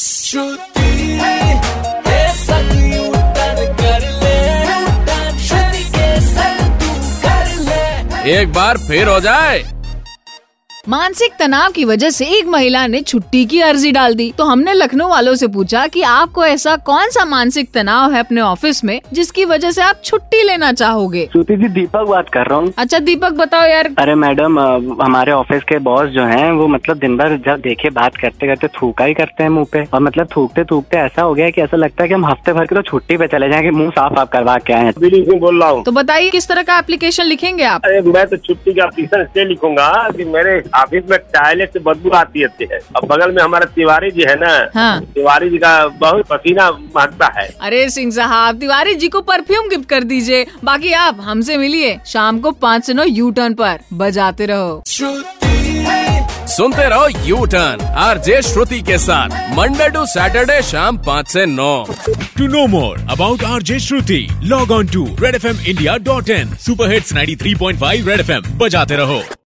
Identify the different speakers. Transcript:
Speaker 1: श्रुति है है सगी उतर कर ले श्रुति के संग तू कर ले
Speaker 2: एक बार फिर हो जाए
Speaker 3: मानसिक तनाव की वजह से एक महिला ने छुट्टी की अर्जी डाल दी तो हमने लखनऊ वालों से पूछा कि आपको ऐसा कौन सा मानसिक तनाव है अपने ऑफिस में जिसकी वजह से आप छुट्टी लेना चाहोगे
Speaker 4: श्रुति जी दीपक बात कर रहा हूँ
Speaker 3: अच्छा दीपक बताओ यार
Speaker 4: अरे मैडम अ, हमारे ऑफिस के बॉस जो हैं वो मतलब दिन भर जब देखे बात करते करते थूका ही करते हैं मुंह पे और मतलब थूकते थूकते ऐसा हो गया है कि ऐसा लगता है कि हम हफ्ते भर के तो छुट्टी पे चले जाएंगे मुंह साफ आप करवा के आए हैं
Speaker 5: दिलीप सिंह बोल रहा हूँ
Speaker 3: तो बताइए किस तरह का एप्लीकेशन लिखेंगे आप
Speaker 5: अरे मैं तो छुट्टी का पीछा इसलिए लिखूंगा कि मेरे ऑफिस में टॉयलेट से बदबू आती रहती है अब बगल में हमारा तिवारी जी है ना
Speaker 3: हाँ।
Speaker 5: तिवारी जी का बहुत पसीना मांगता है
Speaker 3: अरे सिंह साहब तिवारी जी को परफ्यूम गिफ्ट कर दीजिए बाकी आप हमसे मिलिए शाम को पाँच से नौ यू टर्न पर बजाते रहो
Speaker 2: सुनते रहो यू टर्न आरजे श्रुति के साथ मंडे टू सैटरडे शाम 5 से 9
Speaker 6: To know more about RJ Shruti, log on to redfmindia.in. Superhits 93.5 Red FM. बजाते रहो